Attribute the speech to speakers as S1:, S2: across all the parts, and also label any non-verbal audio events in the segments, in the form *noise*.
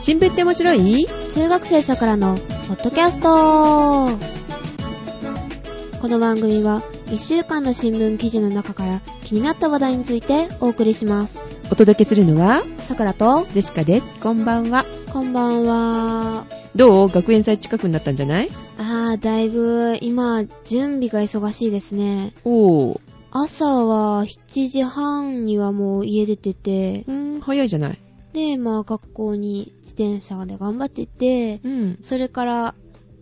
S1: 新聞って面白い
S2: 中学生さくらのポッドキャストこの番組は1週間の新聞記事の中から気になった話題についてお送りします
S1: お届けするのは、
S2: さくらと
S1: ジェシカです。こんばんは。
S2: こんばんは
S1: どう学園祭近くになったんじゃない
S2: あーだいぶ今準備が忙しいですね
S1: おー。
S2: 朝は7時半にはもう家出てて
S1: うーん、早いじゃない。
S2: でまあ学校に自転車で頑張ってて
S1: うん。
S2: それから、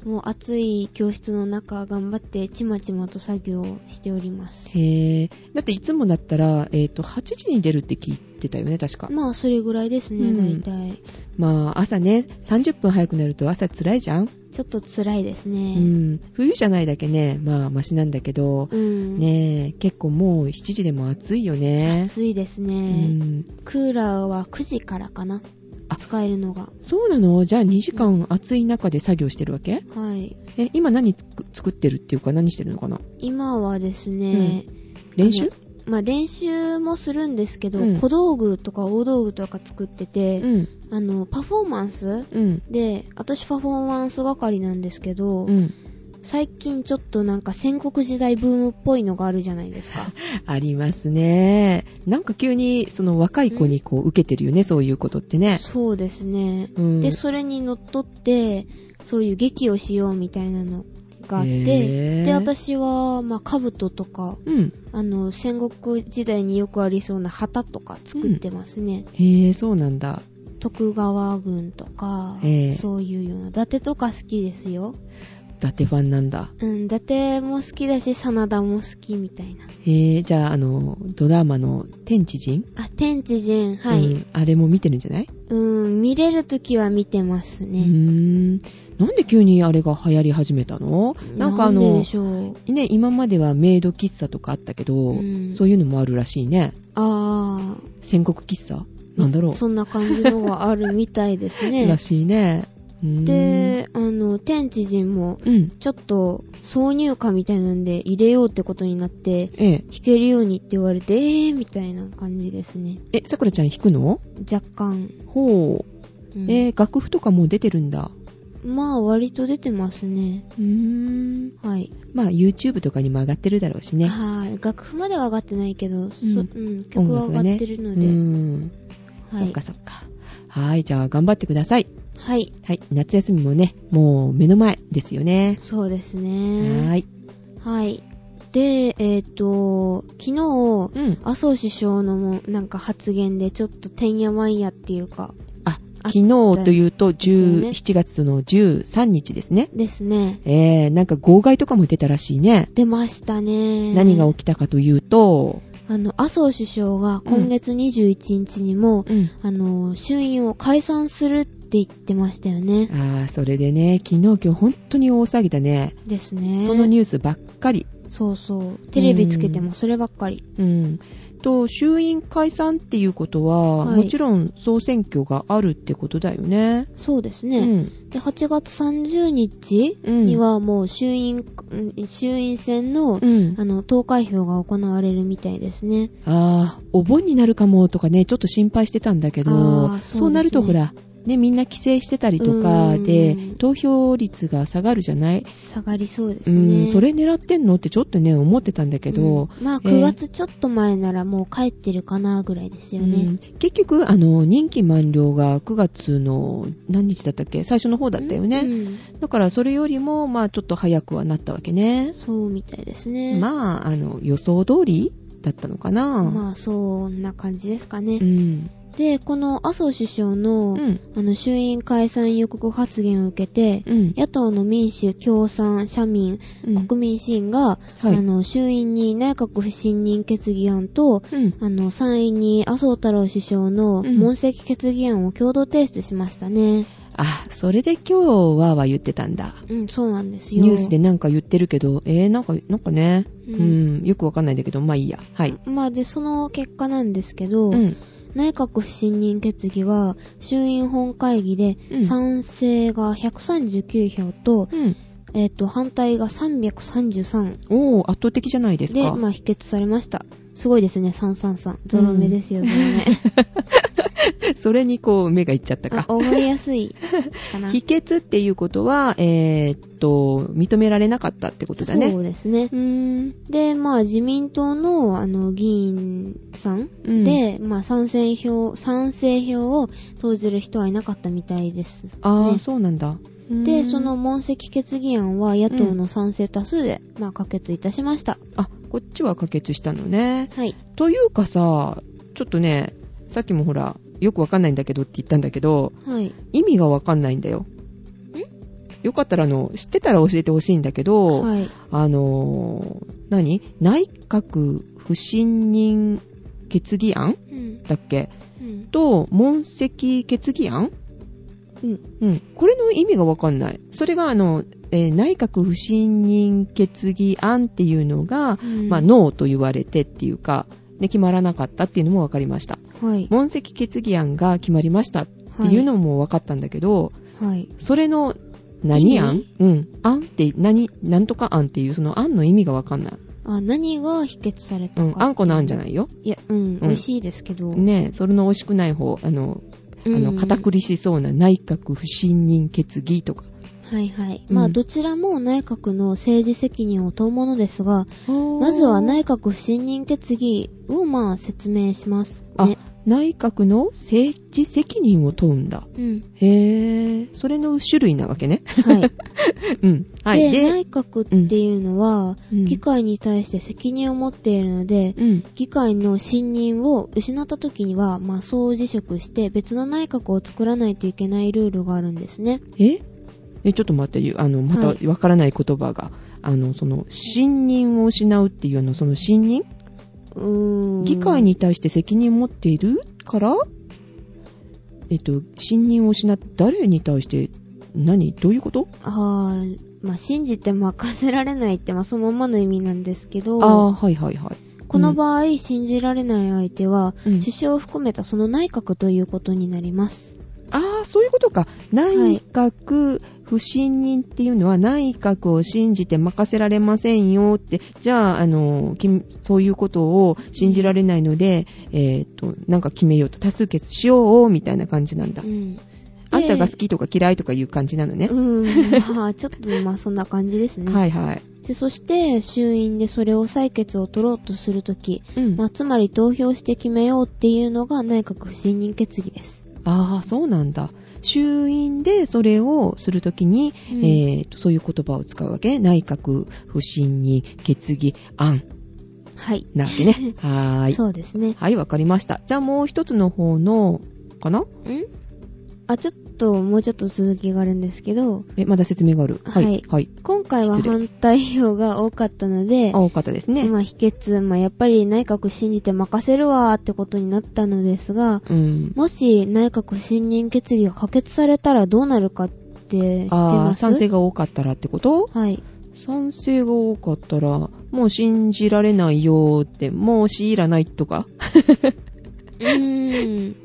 S2: もう暑い教室の中、頑張って、ちまちまと作業をしております。
S1: へー。だっていつもだったら、えっ、と、8時に出るって聞いてたよね、確か。
S2: まあ、それぐらいです
S1: う
S2: ね、
S1: ん
S2: 大体。
S1: まあ、朝ね、30分早くなると朝辛いじゃん、
S2: ちょっと辛いです
S1: う
S2: ね。
S1: ん。冬じゃないだけね、まあ、マシなんだけど、
S2: うん。
S1: ねえ、結構もう7時でも暑いよね。
S2: 暑いです
S1: う
S2: ね。
S1: ん。
S2: クーラーは9時からかな
S1: あ。
S2: 使えるのが。
S1: そうなのじゃあ2時間暑い中で作業してるわけ
S2: はい。
S1: え、今何つく作ってるっていうか何してるのかな
S2: 今はですね、
S1: 練習
S2: まあ練習もするんですけど、
S1: うん
S2: 小道具とか大道具とか作ってて、
S1: うん。
S2: あの、パフォーマンス
S1: うん。
S2: で、私パフォーマンス係なんですけど、
S1: うん。
S2: 最近ちょっとなんか戦国時代ブームっぽいのがあるじゃな
S1: *laughs*
S2: いですか。
S1: ありますね。なんか急に、その若い子にこう受けてるよね、そういうことってね。
S2: そうですね。
S1: うん。
S2: で、それにのっとって、そういう劇をしようみたいなのがあっ
S1: へー
S2: て、で、私は、まあ、兜とか、
S1: うん。
S2: あの、戦国時代によくありそうな旗とか作ってますね。
S1: へえ、そうなんだ。
S2: 徳川軍とか
S1: へー、
S2: そういうような。伊達とか好きですよ。
S1: 伊達ファンなんだ。
S2: うん、伊達も好きだし、真田も好きみたいな。
S1: へえ、じゃあ、あの、ドラマの天地人
S2: あ、天地人、はい。
S1: うんあれも見てるんじゃないう
S2: うん、見れるときは見てます
S1: うー
S2: ね。
S1: ん。なんで急にあれが流行り始めたのなんかあ
S2: なんで
S1: の
S2: で、しょう。
S1: ね、今まではメイド喫茶とかあったけど、
S2: ん
S1: そういうのもあるらしいね。
S2: あ
S1: 戦国喫茶なんだろ
S2: あ、
S1: う
S2: そんな感じのがあるみたいです
S1: *laughs* ら
S2: ね。
S1: しいね。うーん、
S2: で、あの、天知人も、
S1: うん。
S2: ちょっと挿入歌みたいなんで入れようってことになって、
S1: ええ。
S2: 弾けるようにって言われて、えーみたいな感じですね。
S1: え、さくらちゃん弾くの
S2: 若干。
S1: ほ
S2: う
S1: う。
S2: ん
S1: えー楽譜とかもう出てるんだ。
S2: まあ、割と出てますね。
S1: うーん。
S2: はい。
S1: まあ、YouTube とかにも上がってるだろうしね。
S2: はい。楽譜までは上がってないけど、そうん、曲
S1: 音
S2: は
S1: 楽が
S2: 上が
S1: ね
S2: ってる
S1: う
S2: ので。
S1: ん。
S2: は
S1: そっ
S2: い
S1: か。そっか。はい、じゃあ頑張ってください。
S2: はい。
S1: はい、夏休みもね、もう目の前ですよね。
S2: そうです
S1: は
S2: ね。
S1: ーい。
S2: はい。で、えっ、と、昨日、
S1: うん。
S2: 麻生首相のもなんか発言で、ちょっとてんやまんやっていうか、
S1: あ、昨日というと17月の13日ですね。
S2: ですね。
S1: えー、なんか号外とかも出たらしいね。
S2: 出ましたね。
S1: 何が起きたかというと、
S2: あの、麻生首相が今月21日にも、
S1: うん。
S2: あの、衆院を解散するって言ってましたよね。
S1: あー、それでね、昨日今日本当に大騒ぎだね。
S2: ですね。
S1: そのニュースばっかり。
S2: そうそう。テレビつけてもそればっかり。
S1: うん。と、衆院解散っていうことは、
S2: はい
S1: もちろん総選挙があるってことだよね。
S2: そうです
S1: う
S2: ね。
S1: ん。
S2: で、8月30日
S1: うん。
S2: にはもう衆院、うん衆院選の
S1: う、ん
S2: あ。の、投開票が行われるみたいですね。
S1: ああ、お盆になるかもとかね、ちょっと心配してたんだけど、
S2: あ
S1: そう,、
S2: ーそうですね
S1: なるとほら、ね、みんな帰省してたりとか
S2: う
S1: で
S2: ーん、
S1: 投票率が下がるじゃない
S2: 下がりそうで
S1: う
S2: すね。
S1: ん、それ狙ってんのってちょっとね、思ってたんだけど、
S2: うんまあ
S1: えー
S2: 9月ちょっと前ならもう帰ってるかなぐらいですよ
S1: う
S2: ね。
S1: ん結局、あの、任期満了が9月の何日だったっけ最初の方だったよね。
S2: うん
S1: だからそれよりも、まあちょっと早くはなったわけね。
S2: そうみたいですね。
S1: まあ、あの、予想通りだったのかな。
S2: まあそんな感じですかね。
S1: うん。
S2: で、この麻生首相の、
S1: うん。
S2: あの衆院解散予告発言を受けて、
S1: うん。
S2: 野党の民主、共産、社民、
S1: うん
S2: 国民支援
S1: は
S2: が、
S1: い
S2: あの衆院に内閣不信任決議案と、
S1: うん。
S2: あの参院に麻生太郎首相の
S1: うん
S2: 問責決議案を共同提出しましたね。
S1: あ、それで今日はは言ってたんだ。
S2: うん、そうなんですよ。
S1: ニュースでなんか言ってるけど、えー、なんか、なんかね、う、
S2: うんん
S1: よくわかんないんだけど、まあいいや。はい。
S2: まあで、その結果なんですけど、
S1: うん。
S2: 内閣不信任決議は衆院本会議で
S1: うん
S2: 賛成が139票と,、
S1: うん。
S2: えっと反対が333
S1: おー、圧倒的じゃないです
S2: で
S1: か。 *laughs*
S2: まあ、否決されましたすごいですね333ゾロ目ですよ、ゾロ目
S1: それにこう、目がいっちゃった
S2: あ
S1: か。
S2: 覚えやすいか
S1: *laughs*
S2: な。
S1: 秘訣っていうことは、えーっと、認められなかったってことだね。
S2: そう
S1: う
S2: ですね。
S1: ーん。
S2: で、まあ、自民党の、あの、議員さん
S1: うん
S2: で、まあ、賛成票、賛成票を投じる人はいなかったみたいです。
S1: ああ、
S2: ね
S1: そうなんだ。うー
S2: で、
S1: ん
S2: その、問責決議案は野党の賛成多数で、まあ、可決いたしました。
S1: あ、こっちは可決したのね。
S2: はい。
S1: というかさ、ちょっとね、さっきもほら、よくわかんないんだけどって言ったんだけど、
S2: はい。
S1: 意味がわかんないんだよ。よかったら、あの、知ってたら教えてほしいんだけど、
S2: はい。
S1: あのー何内閣不信任決議案
S2: うん。
S1: だっけ
S2: うん。
S1: と、問責決議案
S2: うん。
S1: うん。これの意味がわかんない。それが、あの、えー内閣不信任決議案っていうのが、
S2: うん
S1: まあ、ノーと言われてっていうか、ね、決まらなかったっていうのもわかりました。
S2: はい。
S1: 問責決議案が決まりましたって
S2: はい
S1: いうのもわかったんだけど、
S2: はい。
S1: それの何案うん。案って何、なんとか案っていう、その案の意味がわかんない。
S2: あ、何が否決された
S1: う
S2: か
S1: ん。あんこの案じゃ
S2: い
S1: ないよ。
S2: いや、うん、美味しいですけど。
S1: ねえ、それの惜しくない方、あの、あ
S2: うん
S1: の、堅苦しそうな内閣不信任決議とか。
S2: はいはい。
S1: うん
S2: まあ、どちらも内閣の政治責任を問うものですが、まずは内閣不信任決議をまあ説明します。
S1: あ
S2: ね。
S1: 内閣の政治責任を問うんだ。 *laughs*
S2: うん。
S1: へえ、それの種類なわけね。 *laughs*
S2: はい。
S1: うん。はい。
S2: で、
S1: で、
S2: 内閣っていうのは、
S1: うん
S2: 議会に対して責任を持っているので、
S1: うん。
S2: 議会の信任を失った時には、まあ、総辞職して別の内閣を作らないといけないルールがあるんですね。
S1: ええ、ちょっと待って、ゆあの、また
S2: は
S1: わからない言葉が。あの、その、信任を失うっていうの、その信任
S2: うーん。
S1: 議会に対して責任を持っているから、えっと、信任を失って、誰に対して、何どういうこと
S2: あーまあ、信じて任せられないって、まあ、そのままの意味なんですけど、
S1: ああー、はいはいはい。
S2: この場合、信じられない相手は、
S1: うん
S2: 首相を含めたその内閣ということになります。
S1: ああ、そういうことか。内閣不信任っていうのは、内閣を信じて任せられませんよって、じゃあ、あの、きそういうことを信じられないので、えっと、なんか決めようと、多数決しよう、みたいな感じなんだ
S2: う。ん。
S1: あんたが好
S2: き
S1: きとか嫌いとかいう感じなのね
S2: う。ん。 *laughs* まあ、ちょっと、まあ、そんな感じですね。
S1: はいはい。
S2: でそして、衆院でそれを採決を取ろうとするとき、
S1: うん
S2: まあ、つまり投票して決めようっていうのが内閣不信任決議です。
S1: ああ、そうなんだ。衆院でそれをするときに、
S2: うん
S1: えーと、そういう言葉を使うわけね。内閣不信任決議案
S2: はい。
S1: なわけ *laughs* ね。はーい。
S2: そうですね。
S1: はい、わかりました。じゃあもう一つの方の、かなん
S2: あ、ちょっと、もうちょっと続きがあるんですけど、
S1: え、まだ説明がある。は
S2: はいい。
S1: はい。
S2: 今回は
S1: 失礼
S2: 反対票が多かったので、
S1: あ多かったですね。
S2: まあ、否決、まあ、やっぱり内閣信じて任せるわーってことになったのですが、
S1: うん。
S2: もし内閣不信任決議が可決されたらどうなるかって知って
S1: あ
S2: ま
S1: あ、
S2: す
S1: 賛成が多かったらってこと
S2: はい。
S1: 賛成が多かったら、もう信じられないよーって、もう強いらないとか。
S2: うーん。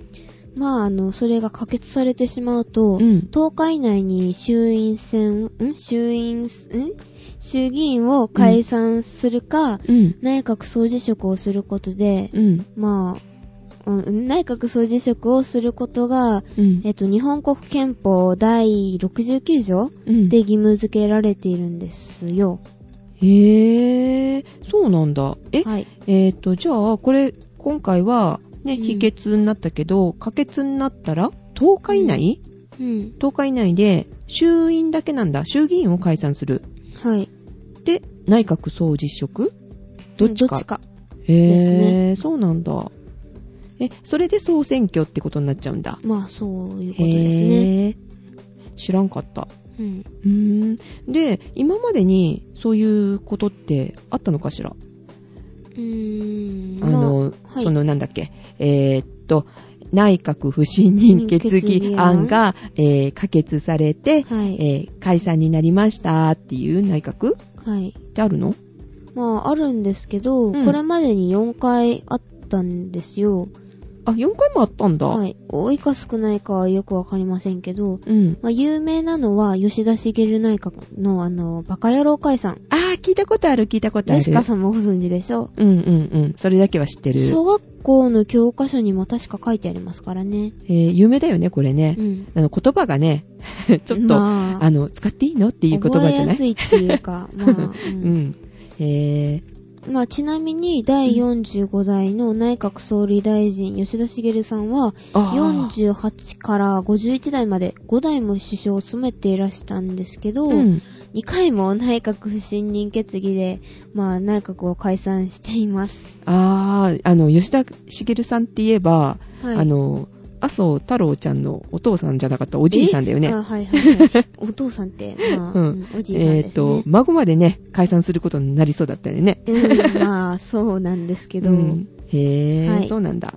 S2: まあ、あの、それが可決されてしまう
S1: う
S2: と、
S1: ん。
S2: 10日以内に衆院選、ん衆院、ん衆議院を解散するか、
S1: うん。
S2: 内閣総辞職をすることで、
S1: うん。
S2: まあ、うん内閣総辞職をすることが、
S1: うん
S2: え。っと、日本国憲法第69条
S1: うん
S2: で義務付けられているんですよ。
S1: へえ、そうなんだ。え、
S2: はい。
S1: えっ、と、じゃあ、これ、今回は、ね、
S2: うん
S1: 否決になったけど、可決になったら、10日以内、
S2: うん。
S1: ?10 日以内で、衆院だけなんだ。衆議院を解散する。
S2: はい。
S1: で、内閣総辞職どっちか。
S2: どっちか。
S1: へ
S2: です
S1: え、
S2: ね
S1: そうなんだ。え、それで総選挙ってことになっちゃうんだ。
S2: まあ、そういうことですね。
S1: へえ、知らんかった。
S2: うん。
S1: うーん。で、今までにそういうことってあったのかしら
S2: うーん。
S1: あの、
S2: まあはい
S1: そのなんだっけ、えーっと、内閣不信任決議案が、えー可決されて、
S2: はい。
S1: えー解散になりましたっていう内閣っ
S2: はい。
S1: てあるの
S2: まあ、あるんですけど、
S1: うん
S2: これまでに4回あったんですよ。
S1: あ、4回もあったんだ。
S2: はい。多いか少ないかはよくわかりませんけど、
S1: うん。
S2: まあ、有名なのは、吉田茂内閣の、あの、バカ野郎解散。
S1: ああ、聞いたことある、聞いたことある。
S2: ジェシカさんもご存知でしょ
S1: うんうんうん。それだけは知ってる。
S2: 小学校の教科書にも確か書いてありますからね。
S1: えー有名だよね、これね。
S2: うん。
S1: あの言葉がね、 *laughs* ちょっと、
S2: まあ
S1: あの、使っていいのっていう言葉じゃない
S2: 覚えやすいっていうか、
S1: *laughs*
S2: まあ、う
S1: うんん。えー、
S2: まあ、ちなみに第45代の内閣総理大臣吉田茂さんは
S1: あー
S2: 48から51代まで5代も首相を務めていらしたんですけど、
S1: うん。
S2: 2回も内閣不信任決議で、まあ、内閣を解散しています。
S1: あーあの、吉田茂さんって言えば、
S2: はい、
S1: あの、麻生太郎ちゃんのお父さんじゃなかった、おじいさんだよ
S2: え *laughs*
S1: ね
S2: あ。はいはいはい。お父さんって、まあ、
S1: うん
S2: うんおじいさん
S1: え
S2: で
S1: っ
S2: すね
S1: と。、孫までね、解散することになりそうだったよね。
S2: うん、まあ、そうなんですけど、
S1: うん、へ
S2: は
S1: ー
S2: い
S1: そうなんだ。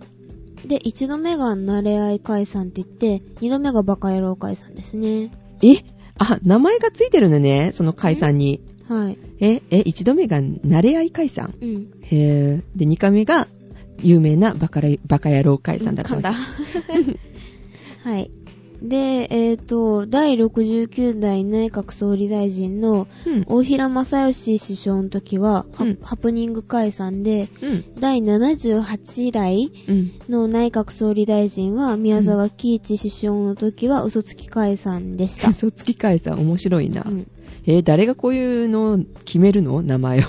S2: で、一度目が慣れ合い解散って言って、二度目がバカ野郎解散ですね。
S1: えあ、名前がついてるのね、その解散に。
S2: はい。
S1: え、え、一度目が慣れ合い解散。
S2: うん。
S1: へーで、二回目が有名なバカラバカ野郎解散だった
S2: うん
S1: わけ
S2: 噛んだ *laughs* はい。で、えっ、と、第69代内閣総理大臣の
S1: うん。
S2: 大平正義首相の時は、ハ
S1: うん
S2: ハプニング解散で、
S1: うん。
S2: 第78代
S1: うん。
S2: の内閣総理大臣は、宮沢喜一首相の時は嘘つき解散でした。
S1: 嘘つき解散、面白いな。
S2: うん
S1: えー誰がこういうのを決めるの名前を。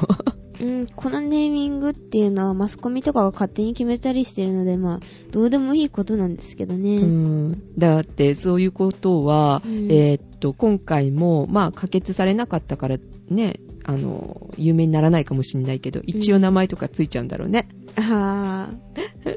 S2: うん、このネーミングっていうのはマスコミとかが勝手に決めたりしてるので、まあ、どうでもいいことなんですけどね。 *laughs*
S1: うんだってそういうことは、
S2: うん
S1: えーっと今回も、まあ、可決されなかったからねあの有名にならないかもしれないけど一応名前とかついちゃうんだろうね。
S2: ああ、そ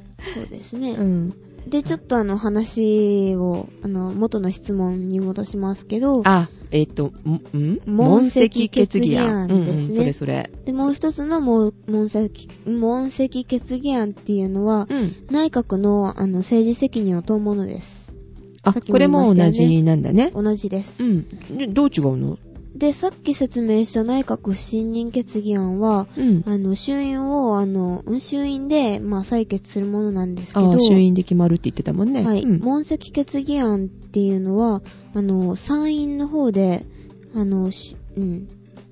S2: うですね。
S1: うん
S2: で、ちょっとあの話を、あの、元の質問に戻しますけど、
S1: あえーっとんん
S2: 問責決議案
S1: 問責決議
S2: ですね
S1: うんうん、それそれ。
S2: で、もう一つのもう問責、問責決議案っていうのは、
S1: うん、
S2: 内閣のあの政治責任を問うものです。
S1: あ、
S2: さっきも
S1: これ
S2: 言いま
S1: も
S2: したよ
S1: 同
S2: ね
S1: じなんだね。
S2: 同じです。
S1: うん、でどう違うの、
S2: で、さっき説明した内閣不信任決議案は、
S1: うん、
S2: あの、衆院を、あの、うん衆院で、まあ、採決するものなんですけ
S1: あ
S2: ど、
S1: 衆院で決まるって言ってたもんね。
S2: はい、
S1: うん
S2: 問責決議案っていうのは、あの、参院の方で、あの、しうん、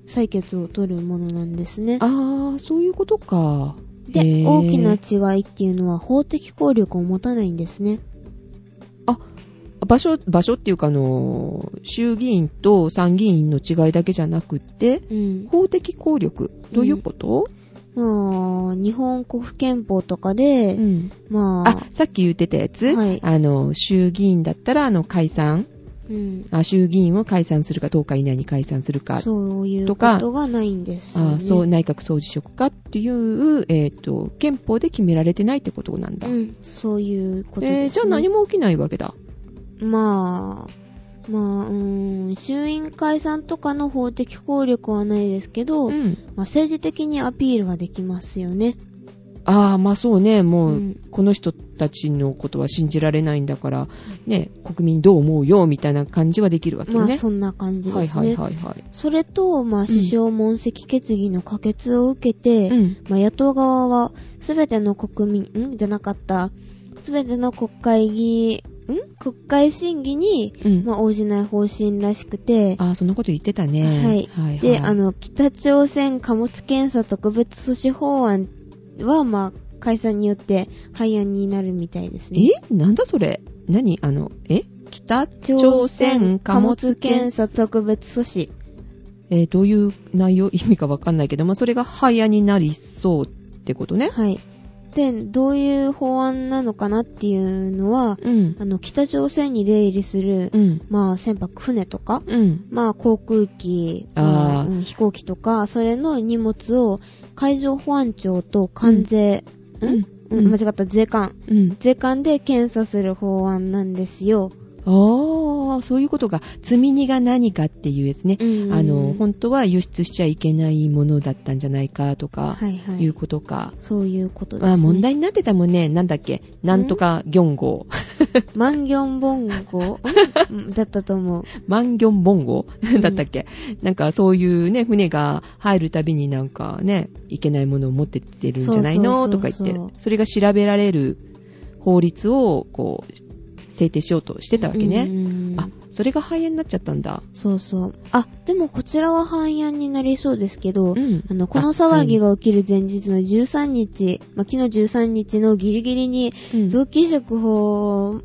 S2: 採決を取るものなんですね。
S1: ああそういうことか。へ
S2: で、
S1: ー
S2: 大きな違いっていうのは、法的効力を持たないんですね。
S1: 場所、場所っていうか、あの、衆議院と参議院の違いだけじゃなくて、
S2: うん。
S1: 法的効力、どういうこと、
S2: まあ、日本国憲法とか
S1: う
S2: で、
S1: ん
S2: まあ
S1: あ、、さっき言ってたやつ、
S2: はい
S1: あの、衆議院だったら、あの、解散
S2: うん、
S1: あ、衆議院を解散するか、10日以内に解散するか、
S2: そういう
S1: と
S2: こ
S1: か
S2: とがないんですよ、ね。
S1: あそう、内閣総辞職かっていう、えっ、と、憲法で決められてないってことなんだ。
S2: うん、そういうことです、ね。
S1: えーじゃあ何も起きないわけだ。
S2: まあ、まあ、うーん、衆院解散とかの法的効力はないですけど、
S1: うん。
S2: まあ、政治的にアピールはできますよね。
S1: ああ、まあそうね、もう、
S2: うん
S1: この人たちのことは信じられないんだから、ね、国民どう思うよ、みたいな感じはできるわけよ
S2: まあ、
S1: ね。
S2: そんな感じ
S1: は
S2: で
S1: い
S2: すね。
S1: はいはいはい。
S2: それと、まあ、首相問責決議の可決を受けて、
S1: うん。
S2: まあ、野党側は、すべての国民、んじゃなかった、すべての国会議、ん国会審議に、
S1: うん。
S2: まあ、応じない方針らしくて、
S1: ああ、そんなこと言ってたね。はい。はい、
S2: で、あ、の、北朝鮮貨物検査特別措置法案は、まあ、解散によって廃案になるみたいですね。
S1: えなんだそれ何あの、え北朝鮮貨物検査。
S2: 査特別措置。
S1: えーどういう内容、意味かわかんないけど、まあ、それが廃案になりそうってことね。
S2: はい。で、どういう法案なのかなっていうのは、
S1: うん。
S2: あの、北朝鮮に出入りする、
S1: うん。
S2: まあ、船舶、船とか、
S1: うん。
S2: まあ、航空機、
S1: あー
S2: まあうん飛行機とか、それの荷物を海上保安庁と関税、ん
S1: うん
S2: うん間違った、税関。
S1: うん。
S2: 税関で検査する法案なんですよ。
S1: ああ、そういうことが、積み荷が何かっていうやつね。
S2: うん
S1: あの、本当は輸出しちゃいけないものだったんじゃないかとか、、
S2: はいはいい。
S1: うことか。
S2: そういうことです、ね。
S1: まあ問。題になってたもんね、なんだっけ、なんとか行号、
S2: マンギョンボンゴうんだったと思う。
S1: *laughs* 万行本号
S2: ん
S1: だったっけ、なんかそういうね、船が入るたびになんかね、いけないものを持ってってるんじゃないの
S2: そうそ
S1: と
S2: う
S1: か
S2: そう
S1: 言
S2: そう
S1: って、それが調べられる法律をこう、制定しようとしてたわけね。
S2: うんうんうん
S1: あ、それが肺炎になっちゃったんだ。
S2: そうそう。あ、でもこちらは肺炎になりそうですけ
S1: う
S2: ど、
S1: ん
S2: あの、この騒ぎが起きる前日の13日、まあ、昨日13日のギリギリに、
S1: うん
S2: 臓器移植法、ん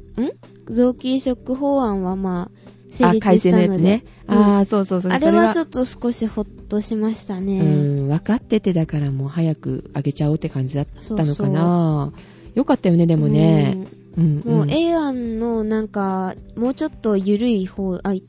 S2: 臓器移植法案はまあ、成
S1: あ、改
S2: 立し
S1: 正
S2: た
S1: の
S2: ので。
S1: やつね。
S2: うん
S1: ああ、そうそうそう。
S2: あ
S1: そ
S2: れはちょっと少しほっとしましたね。
S1: うん、分かっててだからもう早くあげちゃおうって感じだったのかな。よかったよね、で
S2: で
S1: もね。。うん、
S2: もう
S1: うん
S2: A 案のなんか、もうちょっと緩い方、あ、ん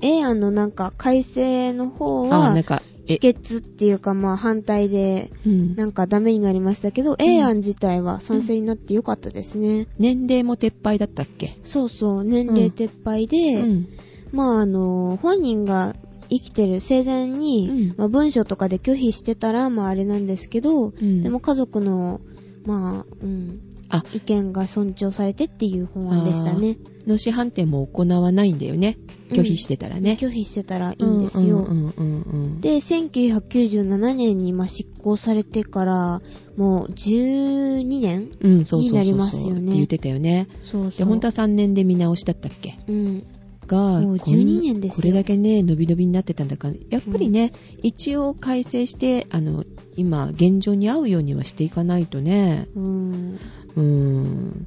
S2: ?A 案のなんか改正の方
S1: あ、な
S2: は
S1: ん、か、
S2: 否
S1: え、
S2: 決っていうかまあ反対で、
S1: うん
S2: なんかダメになりましたけど、A 案自体は賛成になってよかったですね。
S1: 年齢も撤廃だったっけ
S2: そうそう、年齢撤廃で、
S1: うん
S2: まああの、本人が生きてる生前に、
S1: うん
S2: まあ文書とかで拒否してたら、まああれなんですけど、
S1: うん
S2: でも家族の、まあ、うん、
S1: あ、
S2: 意見が尊重されてっていう法案でしたね。
S1: のし判定も行わないんだよね。拒否してたらね。
S2: 拒否してたらいいんですよ。
S1: うんうんうんうん
S2: で、1997年にまあ執行されてから、もう12年
S1: うん、そうそうそうそう。
S2: になりますよね
S1: って言ってたよね。
S2: そうそう。
S1: で、本当は3年で見直しだったっけ
S2: うん。
S1: が、
S2: もう
S1: こん
S2: 12年ですよ
S1: これだけね、伸び伸びになってたんだから、やっぱりね、一応改正して、あの、今、現状に合うようにはしていかないとね、
S2: うん。
S1: うーん。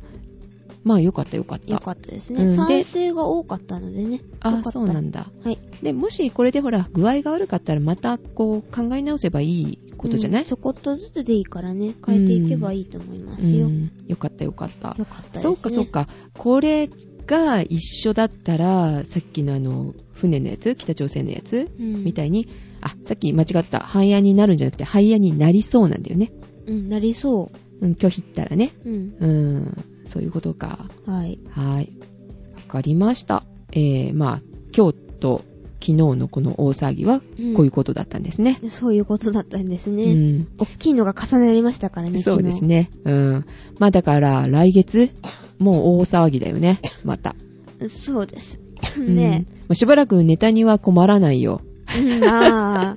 S1: まあ、よかったよかった。
S2: よかったですね。
S1: うんで
S2: 賛成が多かったのでね。よ
S1: あ
S2: か、った
S1: そうなんだ。
S2: はい。
S1: で、もしこれでほら、具合が悪かったら、また、こう、考え直せばいいことじゃない、
S2: うんちょこっとずつでいいからね、変えていけばいいと思いますよ。よ
S1: んよかったよかった。
S2: かったですね。
S1: そうかそう。か。これが一緒だったら、さっきのあの、船のやつ、北朝鮮のやつ、
S2: うん。
S1: みたいに、あ、さっき間違った。肺炎になるんじゃなくて、肺炎になりそうなんだよね。
S2: うん、なりそ
S1: うん、拒否ったらね。
S2: う。うん。
S1: うん、そういうことか。
S2: はい。
S1: はい。わかりました。えー、まあ、今日と昨日のこの大騒ぎは、
S2: うん
S1: こういうことだったんですね。
S2: そういうことだったんです
S1: う
S2: ね。
S1: ん。
S2: 大きいのが重なりましたからね、
S1: そうです
S2: ね。
S1: ね。うん。まあだから、来月、もう大騒ぎだよね。また。
S2: そうです。
S1: うん
S2: ね
S1: まあしばらくネタには困らないよ。
S2: え。まあ、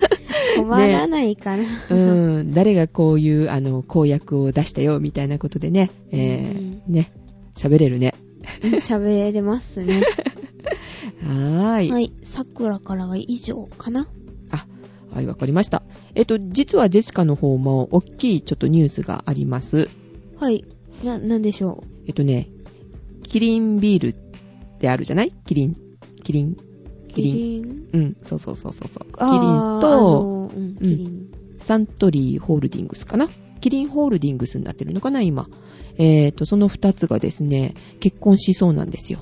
S2: 困らないかな。
S1: うん。誰がこういう、あの、公約を出したよ、みたいなことでね。えーね。喋れるね。
S2: 喋れますね。
S1: はーい。
S2: は
S1: はい。
S2: い。桜からは以上かな。
S1: あ、はい、わかりました。えっと、実はジェシカの方も、大きいちょっとニュースがあります。
S2: はい。な、なんでしょ
S1: えっとね、キリンビールってあるじゃないキリン。キリン。
S2: う。
S1: キリン。
S2: ン。
S1: うん、そうそうそうそうそう。キリン
S2: あーあ
S1: と、
S2: のうん、キリン。
S1: サントリーホールディングスかなキリンホールディングスになってるのかな今。えーと、その二つがですね、結婚しそうなんですよ。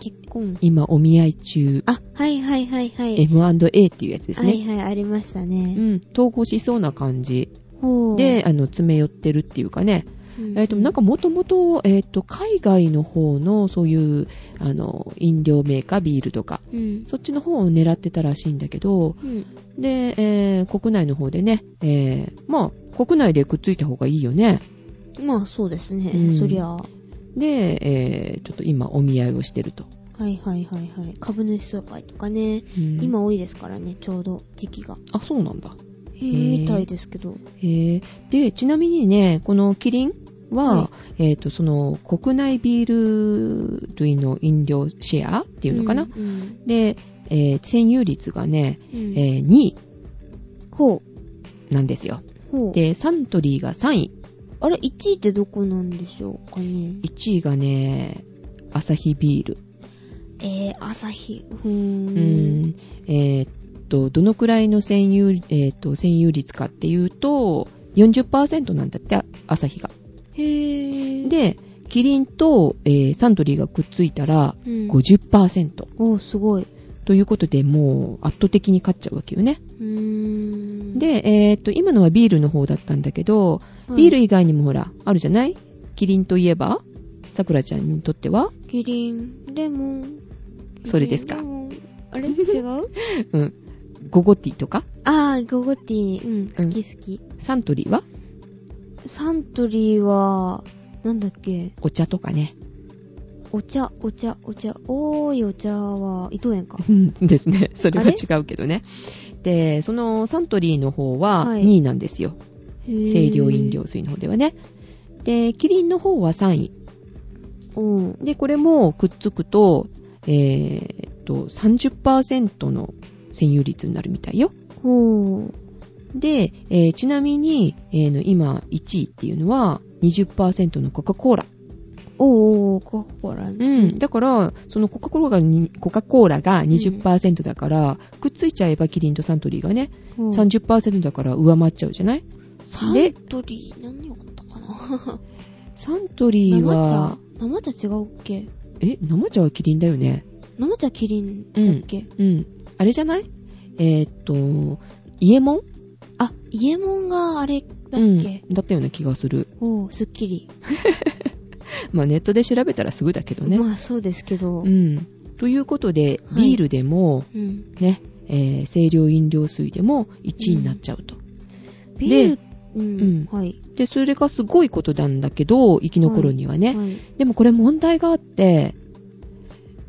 S2: 結婚。
S1: 今、お見合い中、
S2: あ、はいはいはいはい。
S1: M&A っていうやつですね。
S2: はいはい、ありました
S1: う
S2: ね。
S1: ん、統合しそうな感じ
S2: ほう
S1: で、、あの、詰め寄ってるっていうかね。
S2: うん
S1: えーと、なん、かもともと、えーと、海外の方の、そういう、あの、飲料メーカー、ビールとか、
S2: うん。
S1: そっちの方を狙ってたらしいんだけど、
S2: うん。
S1: で、えー国内の方でね、えーまあ、国内でくっついた方がいいよね。
S2: まあ、そうですね。
S1: うん
S2: そりゃ。は
S1: で、えーちょっと今お見合いをしてると。
S2: いはいはいはい。株主総会とかね。今多いですからね、ちょうど時期が。
S1: あ、そうなんだ。ー
S2: みたいですけど。
S1: へーで、ちなみにね、このキリンは、
S2: は
S1: えっ、と、その、国内ビール類の飲料シェアっていうのかな、
S2: うん
S1: で、えー占有率がね、
S2: うん
S1: えー2位
S2: ほ
S1: なんですよ。
S2: う。ほう。
S1: で、サントリーが3位。
S2: あれ、1位ってどこなんでしょうかね。
S1: 1位がね、アサヒビール。
S2: えー、朝日。う
S1: う
S2: ーん。
S1: ん。えっと、どのくらいの占有、えっと、占有率かっていうと、40%なんだって、アサヒが。
S2: へぇー。、
S1: で、キリンと、えーサントリーがくっついたら
S2: うん、
S1: 50%、
S2: おー、すごい。
S1: ということで、もう圧倒的に勝っちゃうわけよね。
S2: うーん。
S1: で、えーっと、今のはビールの方だったんだけど、
S2: はい、
S1: ビール以外にもほら、あるじゃないキリンといえば、さくらちゃんにとっては、
S2: キリン、レモン。
S1: それですか
S2: レモンあ *laughs* れ違う
S1: うん、ゴゴティとか、
S2: あー、ゴゴティー。うん、好き好き。
S1: サントリーは
S2: サントリーは、なんだっけ
S1: お茶とかね。
S2: お茶、お茶、お茶。おーい、お茶は、伊藤園か。
S1: うんですね。それは
S2: あれ
S1: 違うけどね。で、そのサントリーの方は
S2: はい
S1: 2位なんですよ。清
S2: 清
S1: 涼飲料。水の方ではね。で、キリンの方は3位。
S2: うん。
S1: で、これもくっつくと、えーっと、30%の占有率になるみたいよ。
S2: ほう。
S1: で、えーちなみに、えーの今1位っていうのは20%のコカ・コーラ。
S2: おーおー、コカ・コーラ
S1: う
S2: ね。
S1: ん。だから、そのコカ・コーラがに、コカ・コーラが20%だから、くっついちゃえばキリンとサントリーがね、
S2: ほう
S1: 30%だから上回っちゃうじゃない
S2: サントリー、何があったかな
S1: サントリー
S2: 生茶
S1: は、
S2: 生茶違うっけ
S1: え、生茶はキリンだよね。
S2: 生茶キリンだっけ、
S1: うん。あれじゃないえーっと、イエモン
S2: あ、イエモンがあれだっけ、
S1: うん、だったような気がする。
S2: おー、すっきり。
S1: まあネットで調べたらすぐだけどね。
S2: まあそうですけど。
S1: うん。ということで、
S2: はい
S1: ビールでも、
S2: うん。
S1: ね、えー清涼飲料水でも1位になっちゃうと。
S2: ビール、うん、
S1: うん
S2: はい。
S1: で、それがすごいことなんだけど、生き残るにはね。
S2: はい
S1: でもこれ問題があって、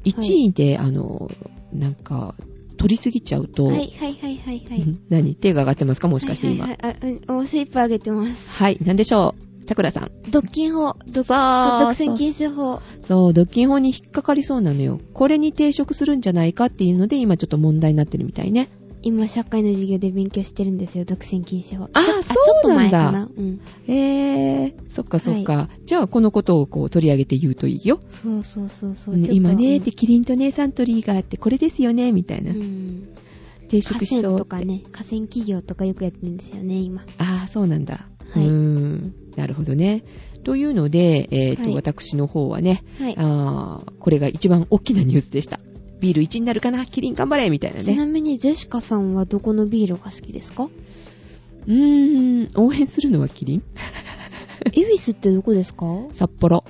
S1: 1
S2: は
S1: 位で、あの、なんか、取りすぎちゃうと、
S2: はいはいはいはいはい。
S1: 何手が上がってますかもしかして今。
S2: は
S1: はい
S2: はいはい、あ、うんお精一杯あげてます。
S1: 何でしょうさくらさん。
S2: 独禁法、独
S1: さあ
S2: 独占禁止法。
S1: そう、独禁法に引っかかりそうなのよ。これに抵触するんじゃないかっていうので、今ちょっと問題になってるみたいね。
S2: 今、社会の授業で勉強してるんですよ、独占禁止法。
S1: あー
S2: ちょ
S1: そ
S2: あちょっ
S1: う
S2: と
S1: なん
S2: 前
S1: だ
S2: かな。うん。
S1: えー、そっかそっか。じゃあ、このことをこう取り上げて言うといいよ。
S2: そうそうそうそう。
S1: うん
S2: ちょっと
S1: 今ね、で、キリンとね、サントリーがあって、これですよね、みたいうな。
S2: ん。
S1: 定
S2: 河
S1: 食しそ
S2: 川
S1: う。
S2: とかね、河川企業とかよくやってるんですよね、今。
S1: ああ、そうなんだ。
S2: はいう
S1: ーん。なるほどね。というので、えっ、と、
S2: はい
S1: 私の方はね、
S2: はい。
S1: あーこれが一番大きなニュースでした。ビール1になるかな、キリン頑張れみたいな
S2: ち
S1: ね。
S2: なみに、ゼシカさんはどこのビールが好きで
S1: *laughs*
S2: すか
S1: うーん、応援するのはキリン *laughs*
S2: エビスってどこですか
S1: 札幌。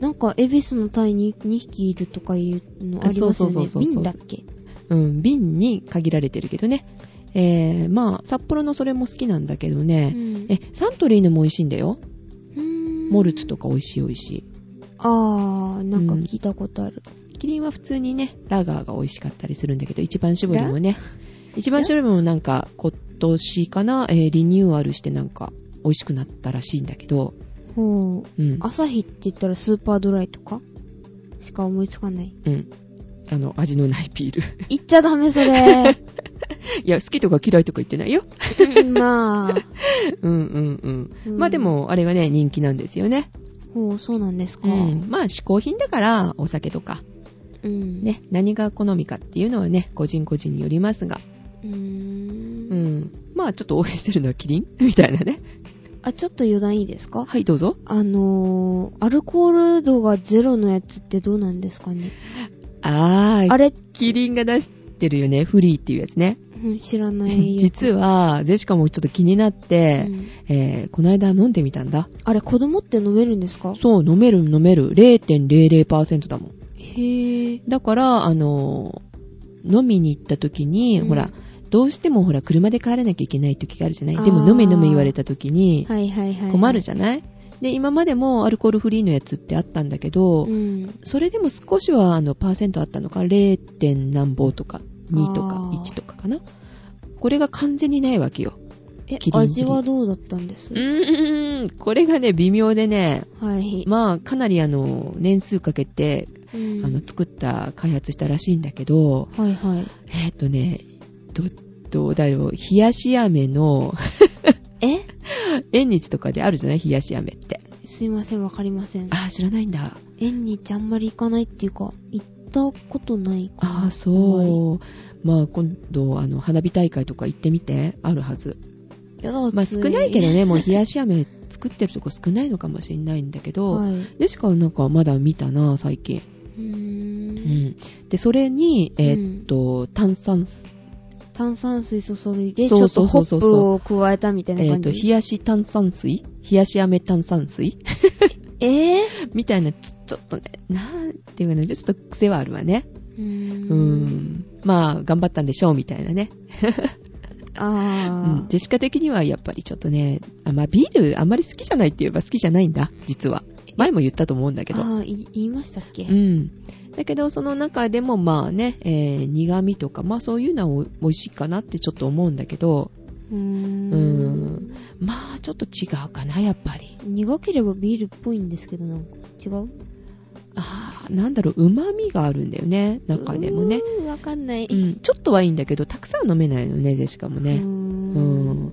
S2: なんか、エビスのタイに2匹いるとかいうのあり
S1: あそう
S2: ます
S1: そ
S2: よ
S1: うそう
S2: ね。
S1: そうそう
S2: 瓶だっけ
S1: うん、瓶に限られてるけどね。えー、まあ、札幌のそれも好きなんだけど
S2: う
S1: ね。
S2: ん
S1: え、サントリーのも美味しいんだよ。
S2: うーん
S1: モルツとか美味しい美味しい。
S2: あー、なんか聞いたことある。
S1: キリンは普通にね、ラガーが美味しかったりするんだけど、一番搾りもね、一番搾りもなんか今年かな、えーリニューアルしてなんか美味しくなったらしいんだけど、
S2: ほう。
S1: うん。
S2: 朝日って言ったらスーパードライとかしか思いつかない。
S1: うん。あの、味のないビール。 *laughs*
S2: 言っちゃダメ、そ *laughs* れ。
S1: いや、好きとか嫌いとか言ってないよ。
S2: うんまあ。
S1: うんうんう。
S2: うんん
S1: まあでも、あれがね、人気なんですよね。
S2: ほう、そうなんですか。
S1: う。ん。まあ、嗜好品だから、お酒とか、
S2: うん。。
S1: ね、何が好みかっていうのはね、個人個人によりますが、
S2: うーん。
S1: うん。まあ、ちょっと応援してるのはキリンみたいなね。
S2: あ、ちょっと余談いいですか
S1: はい、どうぞ。
S2: あのー、アルコール度がゼロのやつってどうなんですかね。
S1: あー、
S2: あれ、
S1: キリンが出してるよね、フリーっていうやつね。
S2: うん、知らない
S1: *laughs*
S2: よ。
S1: 実は、ゼシカもちょっと気になって
S2: う、ん
S1: えー、この間飲んでみたんだ。
S2: あれ、子供って飲めるんですか
S1: そう、飲める飲める。0.00%だもん。
S2: へぇー。
S1: だから、あのー飲みに行った時に、
S2: うん
S1: ほら、どうしてもほら、車で帰らなきゃいけない時があるじゃない。で
S2: あ
S1: も、
S2: ー
S1: 飲め飲め言われた時に、
S2: はいはいはい。
S1: 困る
S2: じ
S1: じゃない、で、今までもアルコールフリーのやつってあったんだけど、
S2: うん。
S1: それでも少しは、あの、パーセントあったのか、0. 点何ぼとか、2とか
S2: あ、ー
S1: 1とかかな。これが完全にないわけよ。
S2: え
S1: キリン、
S2: 味はどうだったんです
S1: うーん、これがね、微妙でね、
S2: はい。
S1: まあ、かなりあの、年数かけて、
S2: うん
S1: あの、作った、開発したらしいんだけど、
S2: はいはい。
S1: えーっ、とね、ど、どうだろう、冷やし飴の、 *laughs*
S2: え
S1: 縁日とかであるじゃない冷やし飴って。
S2: すいません、わかりません。
S1: あー、知らないんだ。
S2: 縁日あんまり行かないっていうか、行ったことないかな。
S1: あー、そう。まあ、今度、あの、花火大会とか行ってみて、あるはず。
S2: いやだから
S1: まあ
S2: つ
S1: 少ないけどね、もう冷やし飴作ってるとこ少ないのかもしれないんだけど、
S2: はい。う
S1: でしかなんかまだ見たな、最近。う
S2: ー。
S1: んん。で、それに、えーっと、炭酸、
S2: 炭酸水注いで、ち
S1: そ
S2: ょ
S1: う
S2: っ
S1: そ
S2: と
S1: うそ
S2: ホ
S1: うそう
S2: ップを加えたみたい
S1: え
S2: な
S1: ーっ
S2: 感
S1: と、
S2: じ。
S1: 冷やし炭酸水冷やし飴炭酸水 *laughs*
S2: えぇ
S1: みたいな、ちょちょっとね、なんていうかね、ちょっと癖はあるわね。
S2: う
S1: う
S2: ー
S1: ん。。まあ、頑張ったんでしょう、みたいなね。う
S2: あ
S1: ん。
S2: ー。
S1: ジェシカ的にはやっぱりちょっとね、あまあ、ビールあんまり好きじゃないって言えば好きじゃないんだ、実は。前も言ったと思うんだけど。
S2: あー、い言いましたっけ
S1: うん。だけど、その中でもまあね、えー苦味とか、まあそういうのは美味しいかなってちょっと思うんだけど、
S2: うー。
S1: うんん。まあちょっと違うかな、やっぱり。
S2: 苦ければビールっぽいんですけど、なんか。違う
S1: あーなんだろう、旨味があるんだよね、中でもね。
S2: うーん。わかんない。
S1: うん、ちょっとはいいんだけど、たくさんは飲めないのね、ゼシカも
S2: うー。
S1: ね。うんん。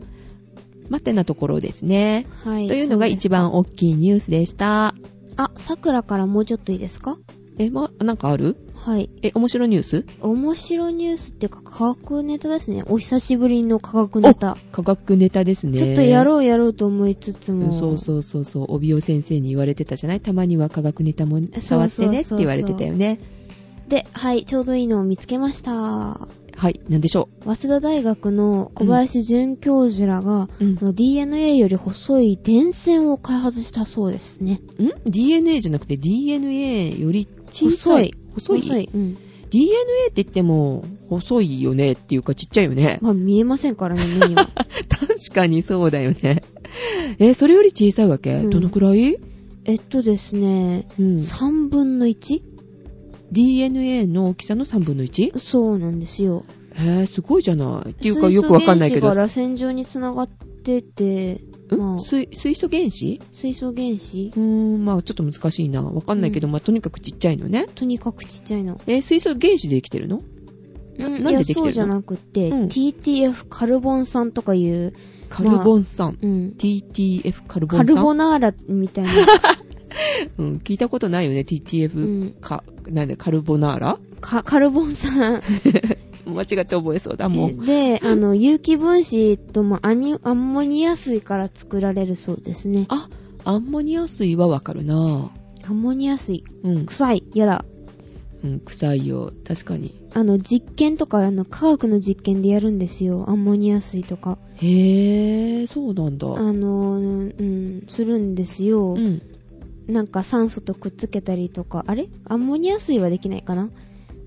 S1: 待ってなところですね。
S2: はい。
S1: というのが一番大きいニュースでした。
S2: そうです。あ、桜からもうちょっといいですか
S1: え、ま、なんかある
S2: はい。
S1: え、面白いニュース
S2: 面白ニュースっていうか科学ネタですね。お久しぶりの科学ネタ。
S1: 科学ネタですね。
S2: ちょっとや
S1: う。
S2: ろうやろうと思いつつも。
S1: そうそうそうそう、帯尾先生に言われてたじゃないたまには科学ネタも触ってねって言われてたよね。
S2: で、はい、ちょうどいいのを見つけました。
S1: はい、なんでしょ
S2: 早稲田大学の小林准教授らが、
S1: う。うん
S2: あ。の DNA より細い電線を開発したそうですね。
S1: DNA じゃなくて DNA より小さい。細い
S2: 細い。うん。
S1: DNA って言っても、細いよねっていうかちっちゃいよね。
S2: まあ見えませ
S1: *laughs*
S2: んからね、目には。
S1: 確かにそうだよね。え、それより小さいわけ、
S2: うん
S1: どのくらい、
S2: えっとですね、
S1: うん、
S2: 3分の 1?
S1: ?DNA の大きさの3分の 1?
S2: そうなんですよ。
S1: えー、すごいじゃない。っていうか
S2: 水素
S1: よくわかんないけど。
S2: 原子が螺旋状につながってて、ま
S1: ん
S2: あ
S1: 水水素原子
S2: 水素原子
S1: うーん、まあちょっと難しいな。わかんないけど、まあとにかくちっちゃいのね。
S2: とにかくちっちゃいの。
S1: えー水素原子で生きてるのななんで
S2: いや
S1: できてるの
S2: そうじゃなくて、
S1: うん
S2: TTF カルボン酸とかいう、
S1: カルボン酸。
S2: うん、
S1: TTF カルボン
S2: カ
S1: 酸。
S2: ルボナーラみたいな、
S1: うん、聞いたことないよね。TTF、
S2: うん
S1: か、なんだ、カルボナーラ
S2: かカルボン酸。
S1: 間違って覚えそうだ、もう。
S2: で、あの、有機分子ともアニアンモニア水から作られるそうですね。
S1: あ、アンモニア水はわかるな
S2: アンモニア水。
S1: うん、
S2: 臭い。やだ。
S1: うん、臭いよ。確かに。
S2: あの、実験とか、あの、科学の実験でやるんですよ。アンモニア水とか。
S1: へー、そうなんだ。
S2: あの、うんうん、するんですよ。
S1: うん。
S2: なんか酸素とくっつけたりとか、あれアンモニア水はできないかな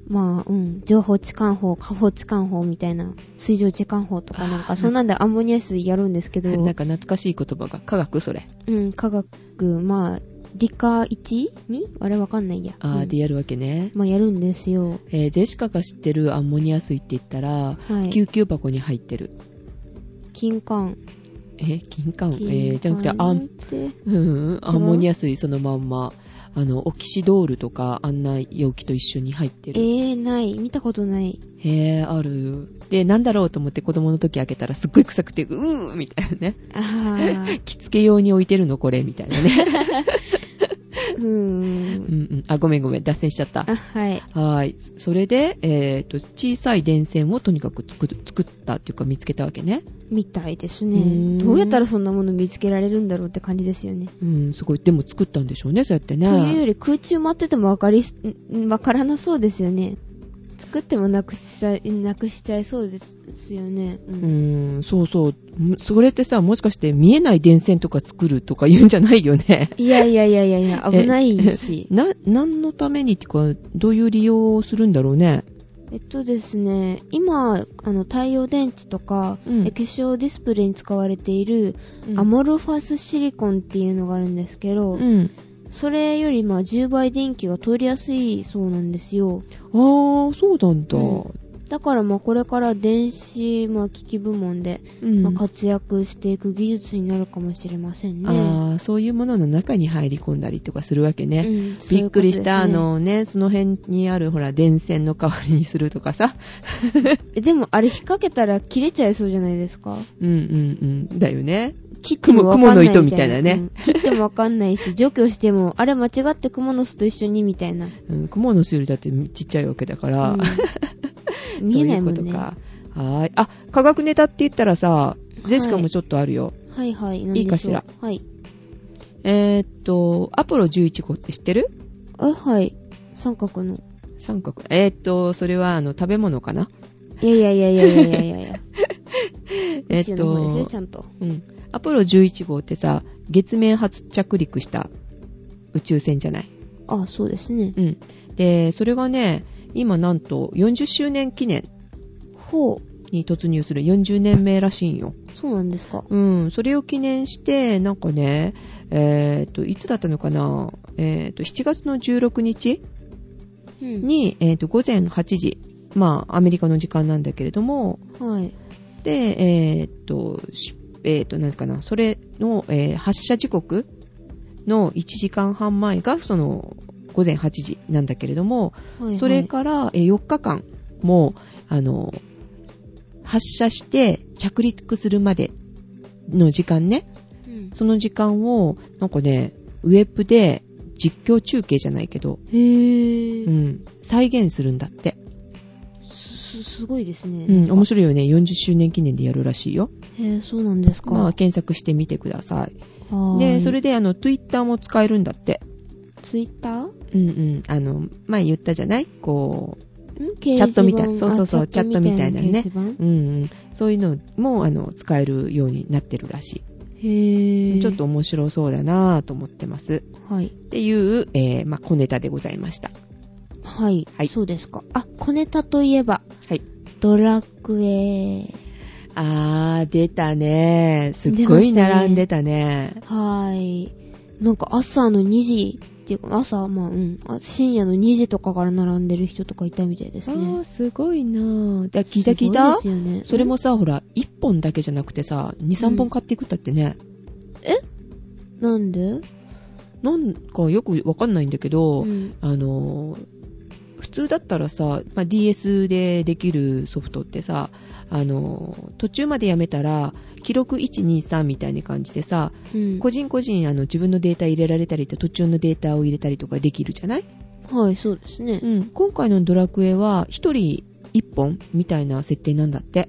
S2: まあ、うん、情報置換法、下方置換法みたいな、水上置換法とかなん
S1: あ
S2: か、
S1: ー
S2: そんなんでアンモニア水やるんですけど、
S1: なんか懐かしい言葉が。科学それ。
S2: うん、科学、まあ、理科 1?2? あれわかんないや。
S1: あー、
S2: うん
S1: でやるわけね。
S2: まあ、やるんですよ。
S1: えー、ゼシカが知ってるアンモニア水って言ったら、
S2: はい。
S1: 救急箱に入ってる。
S2: 金管。
S1: えー、金柑
S2: 金
S1: えー、じゃなくて、アン、
S2: って。
S1: うん、アンモニア水そのまんま。あの、オキシドールとか、あんな容器と一緒に入って
S2: え
S1: る。
S2: ー、ない。見たことない。
S1: へー、ある。で、なんだろうと思って子供の時開けたらすっごい臭くて、うーみたいなね。
S2: あ
S1: *laughs*
S2: ー
S1: 着付け用に置いてるのこれみたいなね。
S2: *laughs*
S1: う
S2: う
S1: ん
S2: ーん。
S1: うん。あ、ごめんごめん。脱線しちゃった。
S2: あ、はい。
S1: はーい。それで、えっ、と、小さい電線をとにかく作る作ったっていうか見つけたわけね。
S2: みたいです
S1: うーん
S2: ね。どうやったらそんなもの見つけられるんだろうって感じですよね。
S1: うん、すごい。でも作ったんでしょうね、そうやってね。
S2: というより空中待っててもわかりす、んわからなそうですよね。作ってもなくしちゃい、なくしちゃいそうですよね。う。
S1: うんーん、そうそう。むそれってさ、もしかして見えない電線とか作るとか言うんじゃないよね。。
S2: いやいやいやいやいや、危ないし
S1: な、何のためにっていうか、どういう利用をするんだろうね。
S2: えっとですね、今、あの、太陽電池とか、
S1: うん
S2: 液晶ディスプレイに使われている、
S1: うん
S2: アモルファスシリコンっていうのがあるんですけど、
S1: うん。
S2: それよりまあ10倍電気が通りやすいそうなんですよ。
S1: あー、そうなんだ。
S2: うんだからまあこれから電子、まあ、機器部門で、
S1: うん
S2: まあ、活躍していく技術になるかもしれませんね。
S1: ああ、そういうものの中に入り込んだりとかするわけ
S2: う
S1: ね。
S2: んそうい
S1: び
S2: う
S1: っ
S2: こと
S1: く
S2: で
S1: り
S2: す
S1: し
S2: ね
S1: た、あのね、その辺にあるほら、電線の代わりにするとかさ。 *laughs*
S2: えでもあれ引っ掛けたら切れちゃいそうじゃないですか
S1: うんうんうん。だよね。
S2: 切ってもわかん
S1: 雲
S2: な
S1: の
S2: い
S1: 糸みたいなね
S2: うん切ってもわかんな
S1: *laughs*
S2: いし除去してもあれ間違って蜘蛛の巣と一緒にみたいな、
S1: うん、雲の種類だってちっちゃいわけだから。
S2: うん
S1: そ *laughs*
S2: 見
S1: う
S2: え
S1: い
S2: ないうも
S1: こ
S2: ん
S1: と
S2: ね
S1: か。はーい。あ、科学ネタって言ったらさ、ゼシカもちょっとあるよ。
S2: はいはい何でしょう
S1: いいかしら
S2: はい
S1: えーっと、アポロ11号って知ってる
S2: あはい三角の
S1: 三角。えーっと、それはあの、食べ物かない
S2: やいやいやいやいやいやいやいや
S1: えーっ
S2: 宇宙の方ですよ
S1: と
S2: ち、ゃんと
S1: うん。アポロ11号ってさ、月面初着陸した宇宙船じゃない。
S2: あそうですね
S1: うん。で、それがね、今なんと40周年記念
S2: ほ
S1: に突入する40年目らしいんよ。
S2: うそうなんですか
S1: うん。それを記念して、なんかね、えーっと、いつだったのかなえーっと、7月の16日
S2: うん
S1: に、えーっと、午前8時。まあ、アメリカの時間なんだけれども、
S2: はい
S1: で、えーっと、しえーっと、なんかな、それの、えー発射時刻の1時間半前が、その、午前8時なんだけれども、
S2: はいはい
S1: それからえー4日間も、あの、発射して着陸するまでの時間ね、
S2: うん
S1: その時間を、なんかね、ウェブで実況中継じゃないけど、
S2: へぇ
S1: う
S2: ー、
S1: ん、再現するんだって。
S2: す、すごいですね。
S1: うん、面
S2: 白
S1: 白いよね。40周年記念でやるらしいよ。
S2: い。へぇ、そうなんですか。
S1: まあ、検索してみてください。
S2: はーい
S1: で、それ、で、あの、Twitter も使えるんだって。
S2: ツイッター
S1: うんうん。あの、前言ったじゃないこ
S2: チ
S1: ャットみたいそうそうそうチャットみたいなねう、うんうん。そういうのも、あの、使えるようになってるらし
S2: へぇ
S1: い。
S2: ー。
S1: ちょっと。面白そうだなぁと思ってます。
S2: はい。
S1: っていう、えー、まあ、小ネタでございました。
S2: はい。
S1: はい
S2: そうですか。あ、小ネタといえば、
S1: はい。
S2: ドラクエ。
S1: あー、出たね。すっごい並んでたね。
S2: はい。なんか朝の2時っていうか、朝、まあうん、あ深夜の2時とかから並んでる人とかいたみたいです
S1: あ
S2: ね
S1: ー、。すごいなぁ。で聞いた聞い
S2: す
S1: た
S2: ごですよね。
S1: それもさ、ほら、1本だけじゃなくてさ、2、3本買っていくったってね。
S2: ん。なんで
S1: なんかよくわかんないんだけど、
S2: うん
S1: あのー、普通だったらさ、まあ、DS でできるソフトってさ、あのー、途中までやめたら、記録123みたいな感じでさ、
S2: うん。
S1: 個人個人あの自分のデータ入れられたりって途中のデータを入れたりとかできるじゃない
S2: はい、そうですね。
S1: うん、今回のドラクエは一人一本みたいな設定なんだって。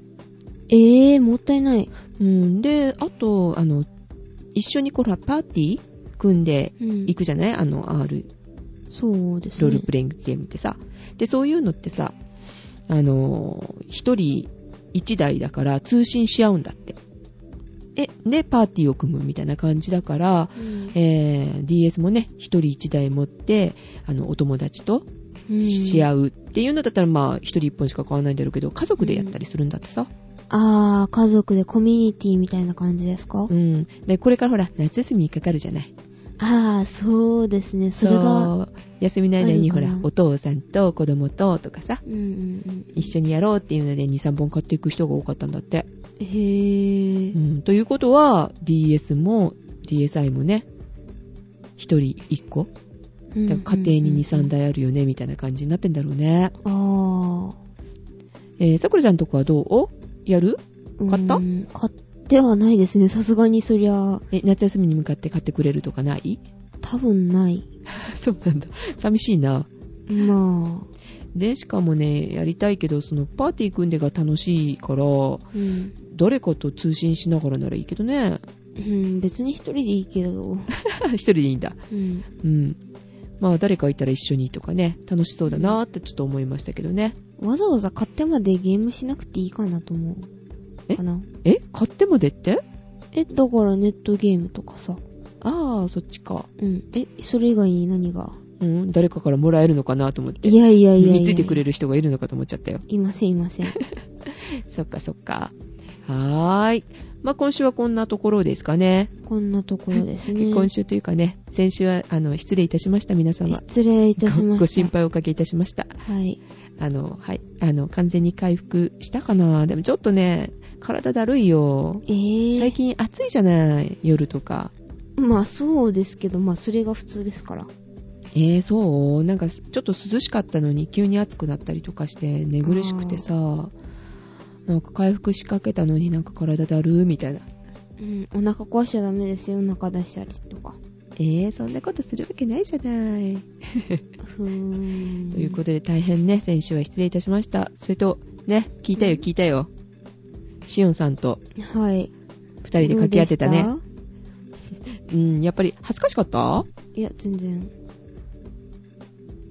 S2: ええー、もったいない。
S1: うん、で、あと、あの、一緒にこうほら、パーティー組んで
S2: うん
S1: い。くじゃないあの、R、
S2: そうです
S1: ロ
S2: ね。
S1: ールプレイングゲームってさ。で、そういうのってさ、あの、一人一台だから通信し合うんだって。え、で、パーティーを組むみたいな感じだから、
S2: うん
S1: えー DS もね、一人一台持って、あの、お友達と
S2: うん
S1: し合うっていうのだったらまあ一人一本しか買わないんだろうけど家族でやったりするんだってさ、
S2: あー、家族でコミュニティみたいな感じですか、
S1: うん、でこれからほら夏休みにかかるじゃない
S2: あー、そうですね。それが、
S1: う休みの間にほ
S2: あ
S1: ら
S2: るかな
S1: お父さんと子供ととかさ
S2: うんうん
S1: 一緒にやろうっていうので23本買っていく人が多かったんだって、
S2: うん。へぇ
S1: う
S2: ー。
S1: ん、ということは DS も DSi もね一人一個だから家庭に23台あるよねみたいな感じになってんだろうね
S2: あー。
S1: えーさくらちゃんとこはどうやる買った
S2: うん買ってはないですね。さすがにそりゃ、
S1: え夏休みに向かって買ってくれるとかない
S2: 多分ない。
S1: *laughs* そうなんだ寂しいな
S2: ま
S1: でしかもねやりたいけどそのパーティー組んでが楽しいから
S2: あ、うん。
S1: 誰かと通信しながらならいいけどね *laughs*
S2: うん、別に一人でいいけど、
S1: 一人でいいんだ
S2: うん。
S1: うんまあ誰かいたら一緒にとかね楽しそうだなーってちょっと思いましたけどね
S2: わざわざ買ってまでゲームしなくていいかなと思
S1: え
S2: う。かな。
S1: え買ってまでって
S2: え、だからネットゲームとかさ。
S1: ああそっちか
S2: うん。え、それ以外に何が
S1: うん誰かからもらえるのかなと思って
S2: いやいやいやいや。
S1: 見ついてくれ
S2: る。
S1: る人がいるのかと思っちゃったよ
S2: いません、いま
S1: *laughs*
S2: せん。
S1: そっかそっかはーいまあ今週はこんなところですかね
S2: こんなところですね。
S1: 今週というかね先週はあの失礼いたしました皆様
S2: 失礼いたしました。
S1: ごご心。配をおかけいたしました。
S2: はい。
S1: あの、はい。あの、完全に回復したかなでもちょっとね、体だるいよ。
S2: えー。
S1: 最近暑いじゃない夜とか。
S2: まあそうですけど、まあそれが普通ですから。
S1: えー、そうなんか、ちょっと涼しかったのに急に暑くなったりとかして、寝苦しくてさ、なんか回復しかけたのになんか体だるーみたいな。
S2: うん、お腹壊しちゃダメですよ、お腹出したりとか。
S1: えー、そんなことするわけないじゃない。
S2: ふーん。
S1: ということで大変ね、先週は失礼いたしました。それと、ね、聞いたよ聞いたよ。シオンさんと
S2: とはい。
S1: 二人で掛け合ってたね。
S2: どう
S1: うん、やっぱり恥ずかしかった
S2: でしたいや、全然。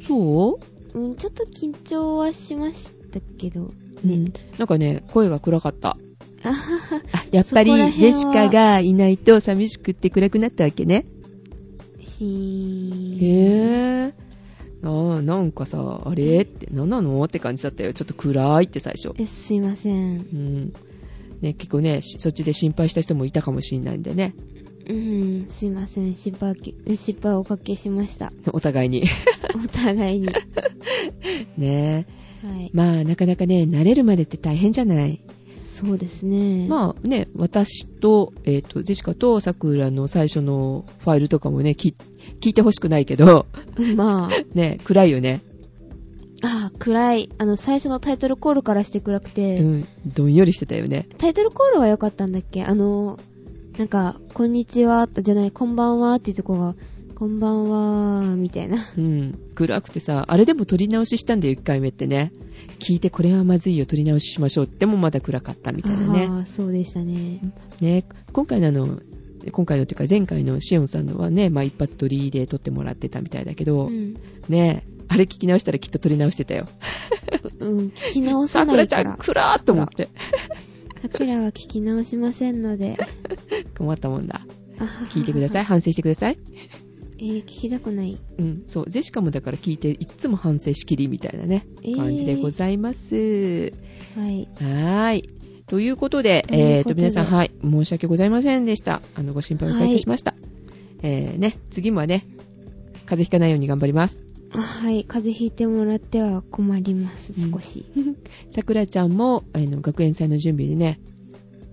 S1: そう、
S2: うん、ちょっと緊張はしましたけど。
S1: うん
S2: ね。。
S1: なんかね、声が暗かった。
S2: あはは。
S1: あ、やっぱり
S2: そこら辺は
S1: ジェシカがいないと寂しくって暗くなったわけね。
S2: しーん。
S1: へぇー。あーなんかさ、あれって、何なのって感じだったよ。ちょっと暗いって最初。
S2: え、すいません。
S1: うん。ね、結構ね、しそっちで心配した人もいたかもしんないんでね。
S2: うん、すいません。失敗き、失敗をおかけしました。
S1: お互いに。
S2: お互いに。は
S1: *laughs* ね
S2: い。
S1: まあ、なかなかね、慣れるまでって大変じゃない。
S2: そうですね。あ。
S1: まあね、私と、えっ、と、ジェシカとさくらの最初のファイルとかもね、き聞聞いてほしくないけど、 *laughs*
S2: まあ、
S1: ね、暗いよね。
S2: あー暗い。あの、最初のタイトルコールからして暗くて、
S1: うん、どんよりしてたよね。
S2: タイトルコールは良かったんだっけあの、なんか、こんにちは、じゃない、こんばんはっていうとこが、こんばんは、みたいな。
S1: うん、暗くてさ、あれでも撮り直ししたんだよ、1回目ってね。聞いてこれはまずいよ、撮り直ししましょうってもまだ暗かったみたいなね。
S2: あーそうでしたね。
S1: ね、今回のあの、今回のっていうか前回のシオンさんのはね、まあ一発撮りで撮ってもらってたみたいだけど、
S2: うん。
S1: ね、あれ聞き直したらきっと撮り直してたよ。
S2: うん、聞き直
S1: さ
S2: さな
S1: く
S2: い
S1: らち
S2: か
S1: ゃん、
S2: ら。
S1: 暗ーっと思って。
S2: さくらは聞き直しませんので。
S1: 困ったもんだ。
S2: あははは
S1: 聞いてください。反省してください。
S2: えー、聞きたくない。
S1: うん、そう。ゼシカもだから聞いて、いっつも反省しきりみたいなね、
S2: えー
S1: 感じでございます。
S2: はい。
S1: はーい。ということで、
S2: とい
S1: え
S2: う
S1: ー、
S2: こととで
S1: 皆さん、はい、申し訳ございませんでした。あの、ご心配おかけいたしました。えー、ね、次もはね、風邪ひかないように頑張り
S2: *laughs*
S1: ます。
S2: あはい。風邪ひいてもらっては困ります、
S1: うん
S2: 少し。
S1: さくらちゃんも、あの、学園祭の準備でね、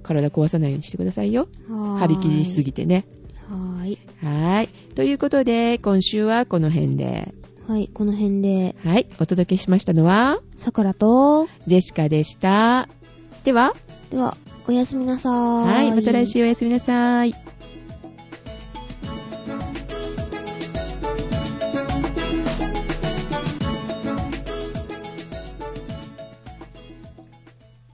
S1: 体壊さないようにしてくださいよ。
S2: はーい
S1: 張り切りしすぎてね。
S2: はーい。
S1: はーい。ということで、今週はこの辺で。
S2: はい、この辺で、
S1: はい。お届けしましたのは、
S2: さくらと、
S1: ジェシカでした。では、
S2: では、おやすみなさーい。
S1: はい。また来週おやすみなさい。